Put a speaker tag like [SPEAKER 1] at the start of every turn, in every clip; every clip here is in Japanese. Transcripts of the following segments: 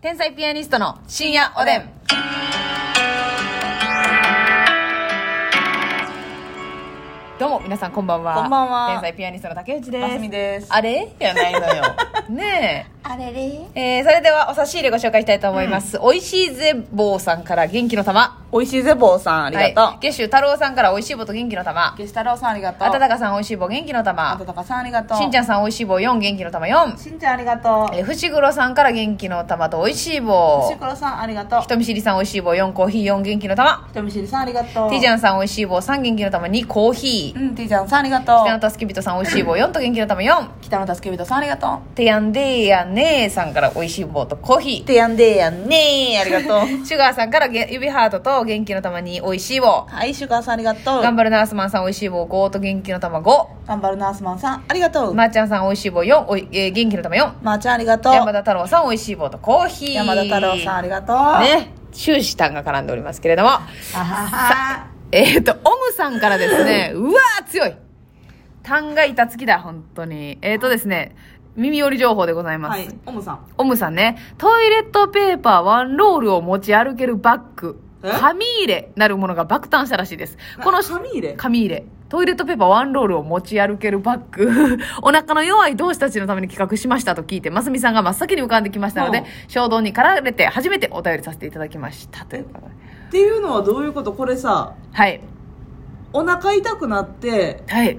[SPEAKER 1] 天才ピアニストの深夜おでん。どうも皆さんこんばんは。
[SPEAKER 2] こんばんは
[SPEAKER 1] 天才ピアニストの竹内
[SPEAKER 2] ますみ
[SPEAKER 1] です。
[SPEAKER 2] です
[SPEAKER 1] あれじゃないのよ。 ね
[SPEAKER 2] あれれ
[SPEAKER 1] え。えー、それではお差し入れご紹介したいと思います。おいしいぜぼうさんから元気の玉。
[SPEAKER 2] おいしいぜぼうさんあ
[SPEAKER 1] あ
[SPEAKER 2] りがとう、
[SPEAKER 1] ゲシュ太郎さんからおいしい棒と元気の玉。
[SPEAKER 2] ゲシ太郎さんありがとう
[SPEAKER 1] あたたかさんおいしい棒元気の
[SPEAKER 2] あ
[SPEAKER 1] 玉
[SPEAKER 2] た。たかさんありがとう
[SPEAKER 1] しんちゃんさんおいしい棒4元気の玉4。
[SPEAKER 2] しんちゃんありがとう
[SPEAKER 1] えー、伏黒さんから元気の玉とおいしい棒
[SPEAKER 2] し。くろさんありがとう
[SPEAKER 1] 人見知りさんおいしい棒4コーヒー4元気の玉
[SPEAKER 2] 人見知りさんありがとう
[SPEAKER 1] T ジャンさんおいしい棒3元気の玉2コーヒー
[SPEAKER 2] うん T ちゃんさんありがと
[SPEAKER 1] 北
[SPEAKER 2] う
[SPEAKER 1] 野助人さんおいしい棒4と元気の玉4
[SPEAKER 2] 北野助人さんありがと
[SPEAKER 1] てやんでーやねーさんからおいしい棒とコーヒ
[SPEAKER 2] うてやんでーやんねーありがとう
[SPEAKER 1] ー シュガーさんからげ指ハートと元気の玉においしい棒
[SPEAKER 2] はいシュガーさんありがとう
[SPEAKER 1] 頑張るナースマンさんおいしい棒5と元気の玉5
[SPEAKER 2] 頑張るナースマンさんありがとう
[SPEAKER 1] まーちゃんさんおいしい棒4おい、えー元気の玉4
[SPEAKER 2] まーちゃんありがとう
[SPEAKER 1] 山田太郎さんおいしい棒とコーヒー
[SPEAKER 2] 山田太郎さんありがとう
[SPEAKER 1] ね終始たんが絡んでおりますけれども
[SPEAKER 2] あはは
[SPEAKER 1] えっ、と、オムさんからですね、うわー強い単が板付きだ、本当に。えっ、とですね、耳寄り情報でございます。
[SPEAKER 2] はいオムさん
[SPEAKER 1] オムさんね、トイレットペーパーワンロールを持ち歩けるバッグ、
[SPEAKER 2] え
[SPEAKER 1] 紙入れなるものが爆誕したらしいです。この
[SPEAKER 2] 紙入れ
[SPEAKER 1] 紙入れ。トイレットペーパーワンロールを持ち歩けるバッグ。 お腹の弱い同志たちのために企画しましたと聞いて、ますみさんが真っ先に浮かんできましたの
[SPEAKER 2] う
[SPEAKER 1] で
[SPEAKER 2] ん、
[SPEAKER 1] 衝動に駆られて初めてお便りさせていただきました。ということで。
[SPEAKER 2] っていうのはどういうことこれさ
[SPEAKER 1] はい。
[SPEAKER 2] お腹痛くなって
[SPEAKER 1] はい。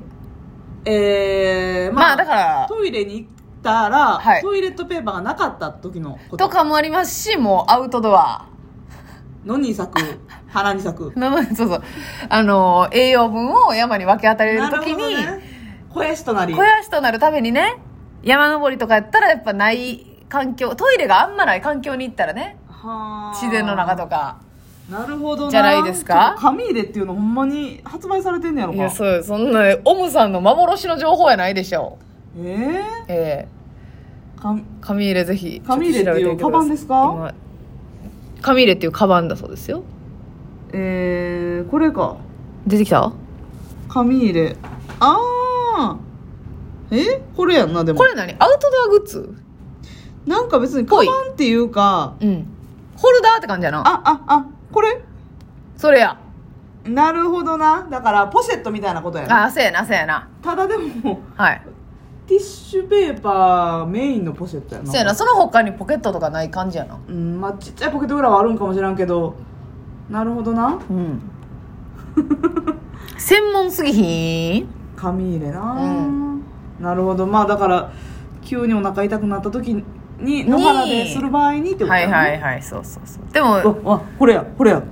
[SPEAKER 2] えー、
[SPEAKER 1] まあだから
[SPEAKER 2] トイレに行ったら、
[SPEAKER 1] はい
[SPEAKER 2] トイレットペーパーがなかった時のこと
[SPEAKER 1] とかもありますし、もうアウトドア。
[SPEAKER 2] 野に咲く花に咲く
[SPEAKER 1] なので、そうそう。あの、栄養分を山に分け与える
[SPEAKER 2] な
[SPEAKER 1] とき
[SPEAKER 2] るほど
[SPEAKER 1] に、
[SPEAKER 2] ね肥やしとなり
[SPEAKER 1] 肥やしとなるためにね、山登りとかやったらやっぱない環境、トイレがあんまない環境に行ったらね、
[SPEAKER 2] はー
[SPEAKER 1] 自然の中とか。
[SPEAKER 2] なるほどな
[SPEAKER 1] じゃないですか
[SPEAKER 2] ちょっと紙入れっていうのほんまに発売されてんねやろ
[SPEAKER 1] い
[SPEAKER 2] か
[SPEAKER 1] や、そう、そんな、オムさんの幻の情報やないでしょ
[SPEAKER 2] えー
[SPEAKER 1] う。ええ
[SPEAKER 2] 紙
[SPEAKER 1] 紙入れぜひ、
[SPEAKER 2] 紙入れっていう
[SPEAKER 1] ちょと調べみくださ
[SPEAKER 2] カバンですか
[SPEAKER 1] 今紙入れっていうカバンだそうですよ。
[SPEAKER 2] えー、これか
[SPEAKER 1] 出てきた
[SPEAKER 2] 紙入れああえこれやんなでも
[SPEAKER 1] これ何アウトドアグッズ
[SPEAKER 2] なんか別にカ
[SPEAKER 1] ぽい
[SPEAKER 2] バンっていうか
[SPEAKER 1] うん。ホルダーって感じやな。
[SPEAKER 2] あああこれ
[SPEAKER 1] それや。
[SPEAKER 2] なるほどなだからポシェットみたいなことやな
[SPEAKER 1] あ、そうやな、そうやな。
[SPEAKER 2] ただでも
[SPEAKER 1] はい。
[SPEAKER 2] ティッシュペーパーメインのポシェットやな
[SPEAKER 1] そうやな、その他にポケットとかない感じやな。
[SPEAKER 2] うんまあちっちゃいポケットぐらいはあるんかもしらんけどなるほどな
[SPEAKER 1] うん。 専門すぎひん
[SPEAKER 2] 紙入れな、
[SPEAKER 1] うん
[SPEAKER 2] なるほどまあだから急にお腹痛くなった時に野原でする場合にってこと
[SPEAKER 1] は
[SPEAKER 2] や
[SPEAKER 1] い
[SPEAKER 2] ね
[SPEAKER 1] はいはい、そうそうそう。でも、
[SPEAKER 2] ああこれやこれや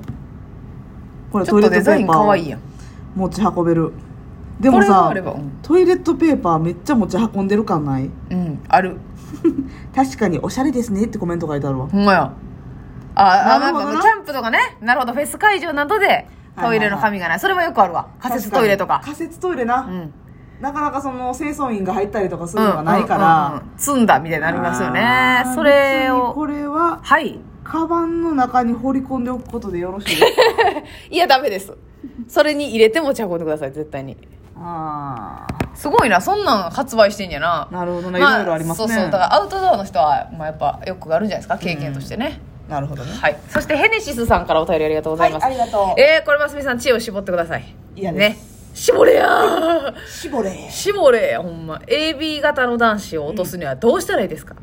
[SPEAKER 2] これ
[SPEAKER 1] ちょっとデザイン可愛いやん。
[SPEAKER 2] 持ち運べるでも
[SPEAKER 1] これが
[SPEAKER 2] さ
[SPEAKER 1] あれば、うん。
[SPEAKER 2] トイレットペーパーめっちゃ持ち運んでる感ない
[SPEAKER 1] うん、ある。
[SPEAKER 2] 確かにおしゃれですねってコメント書いてあるわ
[SPEAKER 1] ほんまや。あ、あ
[SPEAKER 2] な
[SPEAKER 1] なん
[SPEAKER 2] るほど
[SPEAKER 1] か
[SPEAKER 2] な
[SPEAKER 1] もうキャンプとかね、なるほど、フェス会場などでトイレの紙がない。それはよくあるわ。仮設トイレとか。
[SPEAKER 2] 仮設トイレ
[SPEAKER 1] う
[SPEAKER 2] な、
[SPEAKER 1] ん。
[SPEAKER 2] なかなかその清掃員が入ったりとかす
[SPEAKER 1] う
[SPEAKER 2] る
[SPEAKER 1] ん
[SPEAKER 2] のがない
[SPEAKER 1] うん
[SPEAKER 2] か
[SPEAKER 1] うん
[SPEAKER 2] ら
[SPEAKER 1] うん積んだみたいになりますよね
[SPEAKER 2] あー
[SPEAKER 1] それ
[SPEAKER 2] 別にこ
[SPEAKER 1] を
[SPEAKER 2] れは
[SPEAKER 1] はい
[SPEAKER 2] カバンの中に放り込んでおくことでよろし いですか
[SPEAKER 1] いやダメですそれに入れて持ち運んでください絶対に
[SPEAKER 2] あ
[SPEAKER 1] すごいなそんなん発売してんやな
[SPEAKER 2] あなるほどね、
[SPEAKER 1] まあ
[SPEAKER 2] いろいろありますね
[SPEAKER 1] そうそうだからアウトドアの人は、まあ、やっぱよくあるんじゃないですか経験としてね、
[SPEAKER 2] なるほどね
[SPEAKER 1] はいそしてヘネシスさんからお便りありがとうござ
[SPEAKER 2] はい
[SPEAKER 1] います、
[SPEAKER 2] ありがとう
[SPEAKER 1] えー、これますみさん知恵を絞ってください
[SPEAKER 2] 嫌です
[SPEAKER 1] ね絞れやー
[SPEAKER 2] 絞れ
[SPEAKER 1] 絞れやほんま AB 型の男子を落とすにはどうしたらいいですか、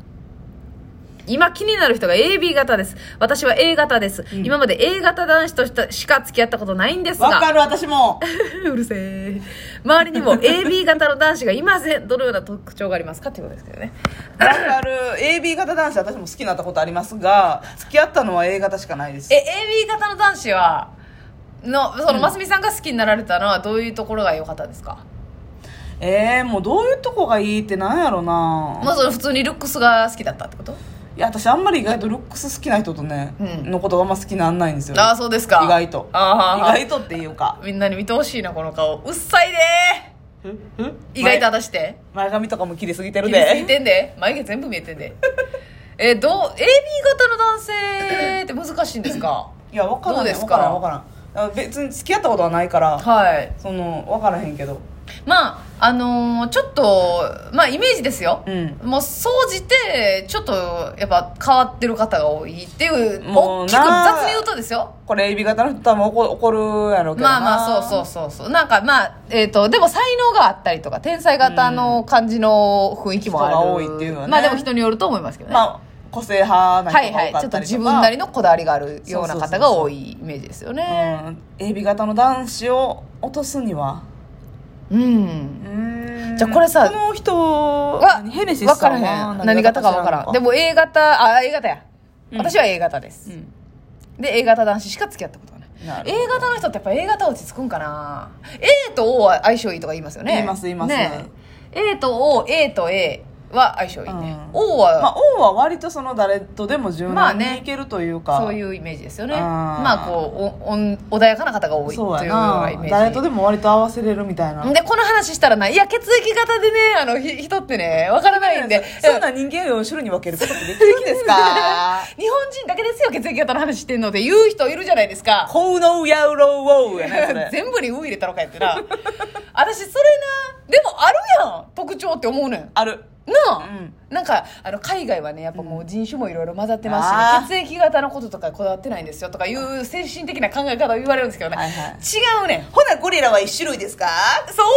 [SPEAKER 1] 今気になる人が AB 型です私は A 型です、
[SPEAKER 2] うん
[SPEAKER 1] 今まで A 型男子としたしか付き合ったことないんです
[SPEAKER 2] わ
[SPEAKER 1] が
[SPEAKER 2] かる私も
[SPEAKER 1] うるせえ周りにも AB 型の男子がいませんどのような特徴がありますかっていうことですけどね
[SPEAKER 2] わかる AB 型男子私も好きになったことありますが付き合ったのは A 型しかないです
[SPEAKER 1] え AB 型の男子はのその真澄さんが好きになられたのはどういうところが良かったですか、
[SPEAKER 2] えー、もうどういうとこがいいってなんやろな
[SPEAKER 1] まあその普通にルックスが好きだったってこと
[SPEAKER 2] いや私あんまり意外とルックス好きな人とね、
[SPEAKER 1] うん
[SPEAKER 2] のことがあんま好きになんないんですよ
[SPEAKER 1] ああそうですか
[SPEAKER 2] 意外と
[SPEAKER 1] あー
[SPEAKER 2] 意外とっていうか
[SPEAKER 1] みんなに見てほしいなこの顔うっさいでー意外と私って
[SPEAKER 2] 前髪とかも切りすぎてる
[SPEAKER 1] 切りすぎ
[SPEAKER 2] で
[SPEAKER 1] てんで眉毛全部見えてんでえどう AB 型の男性って難しいんです か
[SPEAKER 2] いや分からん
[SPEAKER 1] どう
[SPEAKER 2] ね
[SPEAKER 1] です
[SPEAKER 2] 分
[SPEAKER 1] か
[SPEAKER 2] からん分からんあ別に付き合ったことはないから
[SPEAKER 1] はい
[SPEAKER 2] その分からへんけど
[SPEAKER 1] まああのーちょっとまあイメージですよ、
[SPEAKER 2] うん
[SPEAKER 1] もう総じてちょっとやっぱ変わってる方が多いっていう
[SPEAKER 2] も
[SPEAKER 1] 大
[SPEAKER 2] う
[SPEAKER 1] き
[SPEAKER 2] な
[SPEAKER 1] く雑に言うとですよ
[SPEAKER 2] これ AB 型の人多分怒怒るやろうけど
[SPEAKER 1] まあ
[SPEAKER 2] な
[SPEAKER 1] まあそうそうそうそうなんかまあえっ、とでも才能があったりとか天才型の感じの雰囲気もある、
[SPEAKER 2] 人が多いっていうのはね
[SPEAKER 1] まあでも人によると思いますけどね、
[SPEAKER 2] まあ個性派な
[SPEAKER 1] は
[SPEAKER 2] 人
[SPEAKER 1] い
[SPEAKER 2] が
[SPEAKER 1] は
[SPEAKER 2] 多
[SPEAKER 1] いちょ
[SPEAKER 2] か
[SPEAKER 1] っ
[SPEAKER 2] っ
[SPEAKER 1] と
[SPEAKER 2] たり
[SPEAKER 1] 自
[SPEAKER 2] とか、
[SPEAKER 1] 分なりのこだわりがあるような
[SPEAKER 2] そうそうそうそ
[SPEAKER 1] 方
[SPEAKER 2] う
[SPEAKER 1] が多いイメージですよね
[SPEAKER 2] うん、AB 型の男子を落とすには
[SPEAKER 1] うん
[SPEAKER 2] うん
[SPEAKER 1] じゃあこれさ
[SPEAKER 2] この人は
[SPEAKER 1] は
[SPEAKER 2] ヘネシ
[SPEAKER 1] 分
[SPEAKER 2] ス
[SPEAKER 1] か
[SPEAKER 2] さん
[SPEAKER 1] ら
[SPEAKER 2] は
[SPEAKER 1] へん何型か分からんで
[SPEAKER 2] も、
[SPEAKER 1] も A 型あ A 型や、
[SPEAKER 2] うん
[SPEAKER 1] 私は A 型です、
[SPEAKER 2] うん
[SPEAKER 1] で A 型男子しか付き合ったことがない
[SPEAKER 2] なるほど
[SPEAKER 1] A 型の人ってやっぱ A 型落ち着くんかな A と O は相性いいとか言いますよね
[SPEAKER 2] 言います言います
[SPEAKER 1] ね A と OA と A は相性いいね、
[SPEAKER 2] うん
[SPEAKER 1] O は、
[SPEAKER 2] まあ、王は割とその誰とでも柔
[SPEAKER 1] まあ
[SPEAKER 2] 軟
[SPEAKER 1] ね
[SPEAKER 2] にいけるというか、
[SPEAKER 1] そういうイメージですよね
[SPEAKER 2] あー
[SPEAKER 1] まあこうおおん穏やかな方が多いというよ
[SPEAKER 2] そう
[SPEAKER 1] う
[SPEAKER 2] や
[SPEAKER 1] なイメ
[SPEAKER 2] な
[SPEAKER 1] ージ
[SPEAKER 2] 誰とでも割と合わせれるみたいな
[SPEAKER 1] でこの話したらないや血液型でねあのひ人ってねわからないんで
[SPEAKER 2] そんな人間を4種類に分けることってできるんですか
[SPEAKER 1] 日本人だけですよ血液型の話してんので言う人いるじゃないですか
[SPEAKER 2] こうのやうろうおうやなそれ
[SPEAKER 1] 全部に「う」入れたのかやってな私それなでもあるやん特徴って思うねんな
[SPEAKER 2] ある
[SPEAKER 1] あ、
[SPEAKER 2] うん
[SPEAKER 1] なんかあの海外はねやっぱもう人種もいろいろ混ざって
[SPEAKER 2] あ
[SPEAKER 1] ます
[SPEAKER 2] ー
[SPEAKER 1] し、血液型のこととかこだわってないんですよとかいう精神的な考え方を言われるんですけどね、
[SPEAKER 2] はいはい
[SPEAKER 1] 違うねん
[SPEAKER 2] ほなゴリラは1種類ですか
[SPEAKER 1] そう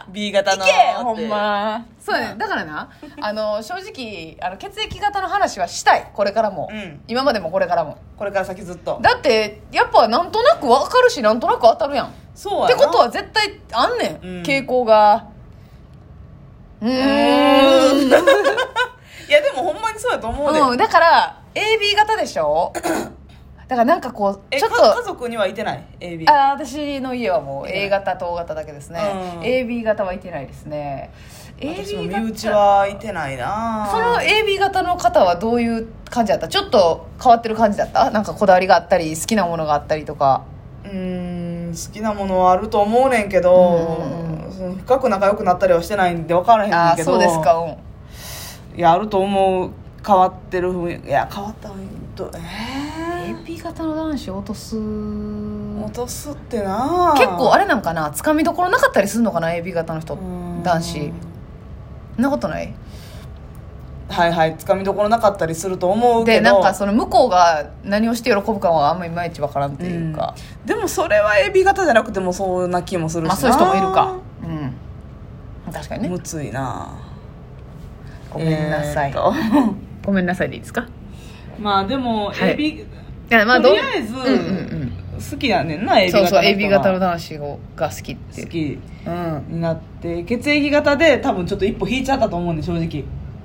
[SPEAKER 1] や
[SPEAKER 2] B 型
[SPEAKER 1] い
[SPEAKER 2] の
[SPEAKER 1] けほんまそうやねだからなあの正直あの血液型の話はしたいこれからも、
[SPEAKER 2] うん
[SPEAKER 1] 今までもこれからも
[SPEAKER 2] これから先ずっと
[SPEAKER 1] だってやっぱなんとなく分かるしなんとなく当たるやんっ
[SPEAKER 2] そうや
[SPEAKER 1] て
[SPEAKER 2] な
[SPEAKER 1] ことは絶対あんねん、
[SPEAKER 2] うん
[SPEAKER 1] 傾向がうーん
[SPEAKER 2] いやでもほんまにそうやと思うで、
[SPEAKER 1] うんだから AB 型でし ょだからなんかこう
[SPEAKER 2] え
[SPEAKER 1] ちょっ
[SPEAKER 2] か
[SPEAKER 1] と
[SPEAKER 2] 家族にはいてない AB
[SPEAKER 1] あー私の家はもう A 型と O 型だけですね、
[SPEAKER 2] うん
[SPEAKER 1] AB 型はいてないですね
[SPEAKER 2] 私も
[SPEAKER 1] AB
[SPEAKER 2] 身
[SPEAKER 1] 型
[SPEAKER 2] 内はいてないな
[SPEAKER 1] その AB 型の方はどういう感じだったちょっと変わってる感じだったなんかこだわりがあったり好きなものがあったりとか
[SPEAKER 2] うーん好きなものはあると思うねんけど、
[SPEAKER 1] うん
[SPEAKER 2] その深く仲良くなったりはしてないんで分からへん
[SPEAKER 1] あ
[SPEAKER 2] ね
[SPEAKER 1] あ
[SPEAKER 2] んけ
[SPEAKER 1] ー
[SPEAKER 2] ど
[SPEAKER 1] そうですかうん
[SPEAKER 2] いやあると思う変わってる雰囲気いや変わった雰囲気どえ
[SPEAKER 1] AB 型の男子落とす
[SPEAKER 2] ー、落
[SPEAKER 1] 結
[SPEAKER 2] とすってな
[SPEAKER 1] 構あ
[SPEAKER 2] れ
[SPEAKER 1] れなんかなつかみどころなかったりするのかな AB 型の人男子そんなことない
[SPEAKER 2] はいはいつかみどころなかったりすると思うけど
[SPEAKER 1] でなんかその向こうが何をして喜ぶかはあんまいまいちわからんっていうか、
[SPEAKER 2] でもそれは AB 型じゃなくてもそうな気もするしな
[SPEAKER 1] まあそういう人もいるかうん確かにね
[SPEAKER 2] むついな
[SPEAKER 1] ごめんなさい、
[SPEAKER 2] えーっと
[SPEAKER 1] ごめんなさいでいいですか
[SPEAKER 2] まあでも
[SPEAKER 1] はい
[SPEAKER 2] AB、
[SPEAKER 1] いやまあどう
[SPEAKER 2] とりあえず
[SPEAKER 1] うんうんうん
[SPEAKER 2] 好きやねんな AB
[SPEAKER 1] そう
[SPEAKER 2] 型
[SPEAKER 1] そう
[SPEAKER 2] の
[SPEAKER 1] AB
[SPEAKER 2] 人が
[SPEAKER 1] 型の男子が好きってい
[SPEAKER 2] 好
[SPEAKER 1] う、
[SPEAKER 2] き
[SPEAKER 1] うん、は
[SPEAKER 2] になって血液型で多分ちょっと一歩引いちゃったと思うねん正直
[SPEAKER 1] い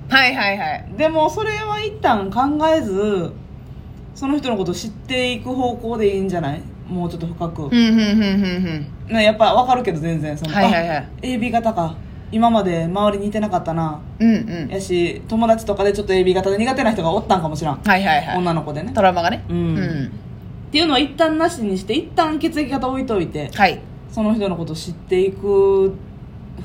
[SPEAKER 1] はいはい
[SPEAKER 2] でもそれは一旦考えずその人のことを知っていく方向でいいんじゃないもうちょっと深く、
[SPEAKER 1] うんうんうんうん
[SPEAKER 2] ね、やっぱ分かるけど全然そ
[SPEAKER 1] うん
[SPEAKER 2] の、
[SPEAKER 1] はいはいはい
[SPEAKER 2] あ AB 型か今まで周りにいてなかったな
[SPEAKER 1] うんうん
[SPEAKER 2] やし友達とかでちょっと AB 型で苦手な人がおったんかもしらん、
[SPEAKER 1] はいはいはい
[SPEAKER 2] 女の子でね
[SPEAKER 1] トラウマがね
[SPEAKER 2] うん
[SPEAKER 1] うん、
[SPEAKER 2] っていうのは一旦なしにして一旦血液型置いといて
[SPEAKER 1] はい
[SPEAKER 2] その人のことを知っていく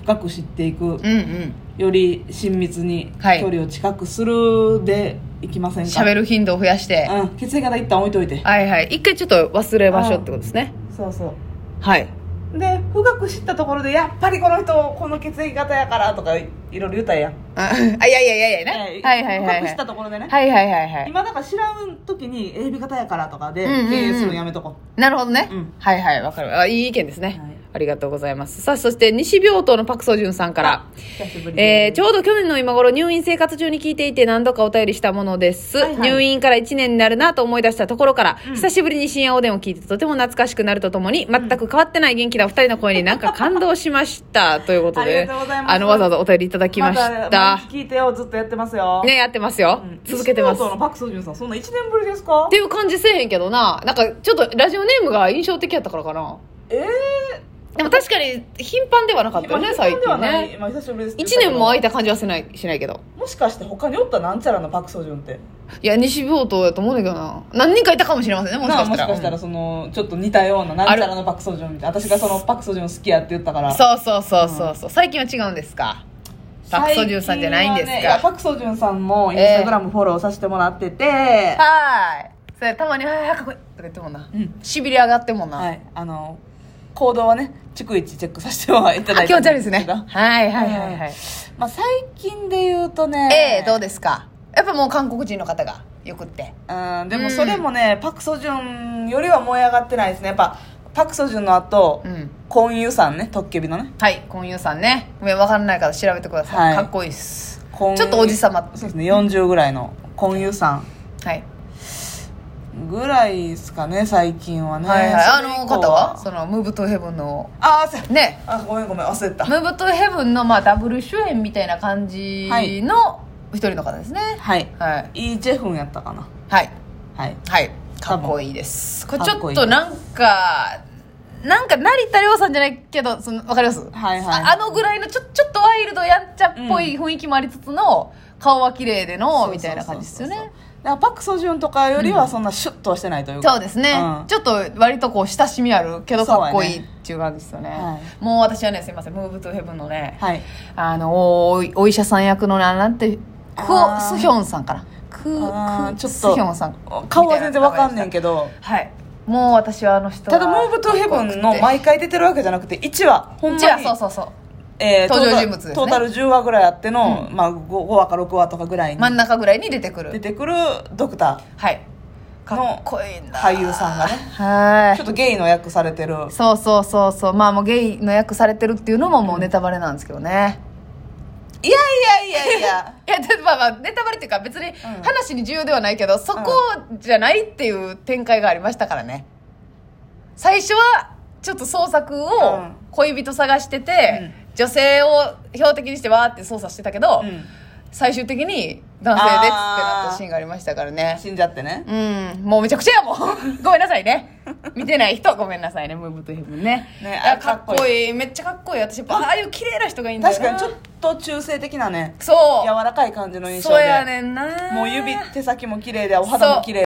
[SPEAKER 2] 深く知っていく
[SPEAKER 1] うんうん
[SPEAKER 2] より親密に
[SPEAKER 1] はい
[SPEAKER 2] 距離を近くするでいきませんか、
[SPEAKER 1] 喋る頻度を増やして、
[SPEAKER 2] うん、血液型一旦置いといて
[SPEAKER 1] はいはい一回ちょっと忘れましょうってことですね
[SPEAKER 2] そうそ
[SPEAKER 1] はい、
[SPEAKER 2] うで深く知ったところでやっぱりこの人この血液型やからとかいろいろ言うたやん、
[SPEAKER 1] あ あいやいやいやいやね、はいはいはい
[SPEAKER 2] 深く
[SPEAKER 1] は
[SPEAKER 2] 知
[SPEAKER 1] い
[SPEAKER 2] ったところでね、
[SPEAKER 1] はいはいはいはい
[SPEAKER 2] 今だから知らん時に AB 型やからとかで
[SPEAKER 1] うんうんうん
[SPEAKER 2] 経営するのやめとこ
[SPEAKER 1] なるほどね、
[SPEAKER 2] うん
[SPEAKER 1] はいはいわかるあいい意見ですね、
[SPEAKER 2] はい
[SPEAKER 1] ありがとうございますさあそして西病棟のパク・ソジュンさんから、
[SPEAKER 2] う久しぶりで
[SPEAKER 1] えーちょうど去年の今頃入院生活中に聞いていて何度かお便りしたものです、
[SPEAKER 2] はいはい
[SPEAKER 1] 入院から1年になるなと思い出したところから、久しぶりに深夜おでんを聞いてとても懐かしくなるとともに全く変わってない元気なお二人の声になんか感動しましたということで
[SPEAKER 2] ありがとうございます
[SPEAKER 1] あのわざわざお便りいただきまし
[SPEAKER 2] ま
[SPEAKER 1] た、
[SPEAKER 2] だ聞いてよずっとやってますよ、
[SPEAKER 1] ねやってますよ、
[SPEAKER 2] うん
[SPEAKER 1] 続けてます
[SPEAKER 2] 西
[SPEAKER 1] っ
[SPEAKER 2] 本のパク・ソジュンさんそんな1年ぶりですか
[SPEAKER 1] ていう感じせえへんけどななんかちょっとラジオネームが印象的やったからかな
[SPEAKER 2] ええ
[SPEAKER 1] でも確かに頻繁ではなかったよね最近ね
[SPEAKER 2] まあ、久しぶりです
[SPEAKER 1] 1年も空い
[SPEAKER 2] た
[SPEAKER 1] た感じはしないしないけど
[SPEAKER 2] もしかして他におったなんちゃらのパク・ソジュンって
[SPEAKER 1] いや、西病棟やと思うねんだけどな。何人かいたかもしれませんね、もし
[SPEAKER 2] なあ
[SPEAKER 1] かし
[SPEAKER 2] も
[SPEAKER 1] た
[SPEAKER 2] し
[SPEAKER 1] ら。
[SPEAKER 2] かしたらそのちょっと似たようななんちゃらのパク・ソジュンみたいな私がそのパク・ソジュン好きやって言ったから
[SPEAKER 1] うんそうそうそうそうそう。最近は違うんですか。パクソジュンさんじゃないんですか
[SPEAKER 2] 最近はねいやパク・ソジュンさんもインスタグラムフォローさせてもらってて、
[SPEAKER 1] はーい。それたまに、はい、かっこいいとか言ってもんな。
[SPEAKER 2] うん
[SPEAKER 1] しびれ上がってもんな。
[SPEAKER 2] はいあの行動はね逐一チェックさせてはいただ
[SPEAKER 1] あ
[SPEAKER 2] い
[SPEAKER 1] 気
[SPEAKER 2] て
[SPEAKER 1] 持ち悪いですねはいはいはいはい、
[SPEAKER 2] まあ最近で言うとね
[SPEAKER 1] ええどうですかやっぱもう韓国人の方がよくって
[SPEAKER 2] うんでもそれもね、パク・ソジュンよりは燃え上がってないですねやっぱパク・ソジュンの後、
[SPEAKER 1] うん
[SPEAKER 2] コン・ユさんね特許日のね
[SPEAKER 1] はいコンユさんね上分からないから調べてください、
[SPEAKER 2] はい
[SPEAKER 1] かっこいいっす
[SPEAKER 2] コン
[SPEAKER 1] ちょっとおじさま
[SPEAKER 2] そうですね40ぐらいのコン・ユさん
[SPEAKER 1] はい、
[SPEAKER 2] ぐらいですかね最近はね
[SPEAKER 1] はいはいあ
[SPEAKER 2] それ以
[SPEAKER 1] の
[SPEAKER 2] 降
[SPEAKER 1] 方はそのムーブトゥヘブンの
[SPEAKER 2] ああせ
[SPEAKER 1] ね
[SPEAKER 2] あごめんごめん忘れてた
[SPEAKER 1] ムーブトゥヘブンのまあダブル主演みたいな感じ
[SPEAKER 2] はい
[SPEAKER 1] の一人の方ですね
[SPEAKER 2] はい
[SPEAKER 1] はい
[SPEAKER 2] イ・ジェフンやったかな
[SPEAKER 1] はい
[SPEAKER 2] はい
[SPEAKER 1] はいかっこいいですこれち
[SPEAKER 2] かっ
[SPEAKER 1] ょ
[SPEAKER 2] こ
[SPEAKER 1] っ
[SPEAKER 2] いい
[SPEAKER 1] となんかなんか成田凌さんじゃないけどそのわかります、
[SPEAKER 2] はいはい
[SPEAKER 1] ああのぐらいのちょちょっとワイルドやんちゃっぽい雰囲気もありつつの、顔は綺麗でのみたいな感じですよ
[SPEAKER 2] そ
[SPEAKER 1] ね
[SPEAKER 2] うそうそうそうだからパク・ソジュンとかよりはそんなシュッとはしてないというか、
[SPEAKER 1] そうですね、
[SPEAKER 2] うん
[SPEAKER 1] ちょっと割とこう親しみあるけど
[SPEAKER 2] そうや
[SPEAKER 1] かっこ
[SPEAKER 2] ね
[SPEAKER 1] いいっていう感じですよね
[SPEAKER 2] は
[SPEAKER 1] もう私はねすいません「ムーブ・トゥ・ヘブン」のね、
[SPEAKER 2] はい
[SPEAKER 1] あのおお医者さん役のななんてクオ・
[SPEAKER 2] あー
[SPEAKER 1] スヒョンさんかなク
[SPEAKER 2] あー
[SPEAKER 1] ク
[SPEAKER 2] ちょっと
[SPEAKER 1] スヒョンさん
[SPEAKER 2] 顔は全然わかんねん
[SPEAKER 1] ど
[SPEAKER 2] けど
[SPEAKER 1] はいもう私はあの人
[SPEAKER 2] ただ「ムーブ・トゥ・ヘブン」の毎回出てるわけじゃなくて1話ほんま
[SPEAKER 1] じゃ
[SPEAKER 2] に
[SPEAKER 1] そうそうそう
[SPEAKER 2] えー
[SPEAKER 1] 登場人物ですね
[SPEAKER 2] トータル10話ぐらいあっての、まあ、5, 話か6話とかぐらいに
[SPEAKER 1] 真ん中ぐらいに出てく
[SPEAKER 2] 出
[SPEAKER 1] る
[SPEAKER 2] てくるドクタ
[SPEAKER 1] はいかっ
[SPEAKER 2] の
[SPEAKER 1] こいいな
[SPEAKER 2] ー俳優さんがね
[SPEAKER 1] は
[SPEAKER 2] ちょっ
[SPEAKER 1] い
[SPEAKER 2] とゲイの役されてる
[SPEAKER 1] そうそうそうそうまあもうゲイの役されてるっていうのももうネタバレなんですけどね、
[SPEAKER 2] いやいやいやいや
[SPEAKER 1] いやでまあまあネタバレっていうか別に話に重要ではないけど、そこじゃないっていう展開がありましたからね最初はちょっと捜索
[SPEAKER 2] う
[SPEAKER 1] を
[SPEAKER 2] ん
[SPEAKER 1] 恋人探してて、女性を標的にしてわーって捜査してたけど、
[SPEAKER 2] うん
[SPEAKER 1] 最終的に男性ですってなっ
[SPEAKER 2] あ
[SPEAKER 1] た
[SPEAKER 2] ー
[SPEAKER 1] シーンがありましたからね
[SPEAKER 2] 死んじゃってね
[SPEAKER 1] うんもうめちゃくちゃやもん ごめんなさいね見てない人ごめんなさいねムーブとヘブンね
[SPEAKER 2] ね
[SPEAKER 1] いや
[SPEAKER 2] あ
[SPEAKER 1] か
[SPEAKER 2] か
[SPEAKER 1] っ
[SPEAKER 2] っ
[SPEAKER 1] こ
[SPEAKER 2] こいい
[SPEAKER 1] いいめっちゃかっこいい私やっぱああいう綺麗な人がいいんだよ
[SPEAKER 2] 確
[SPEAKER 1] な
[SPEAKER 2] かにちょっと中性的なね
[SPEAKER 1] そう
[SPEAKER 2] 柔らかい感じの印象で
[SPEAKER 1] そうやねんな
[SPEAKER 2] もう指手先も綺麗でお肌も綺麗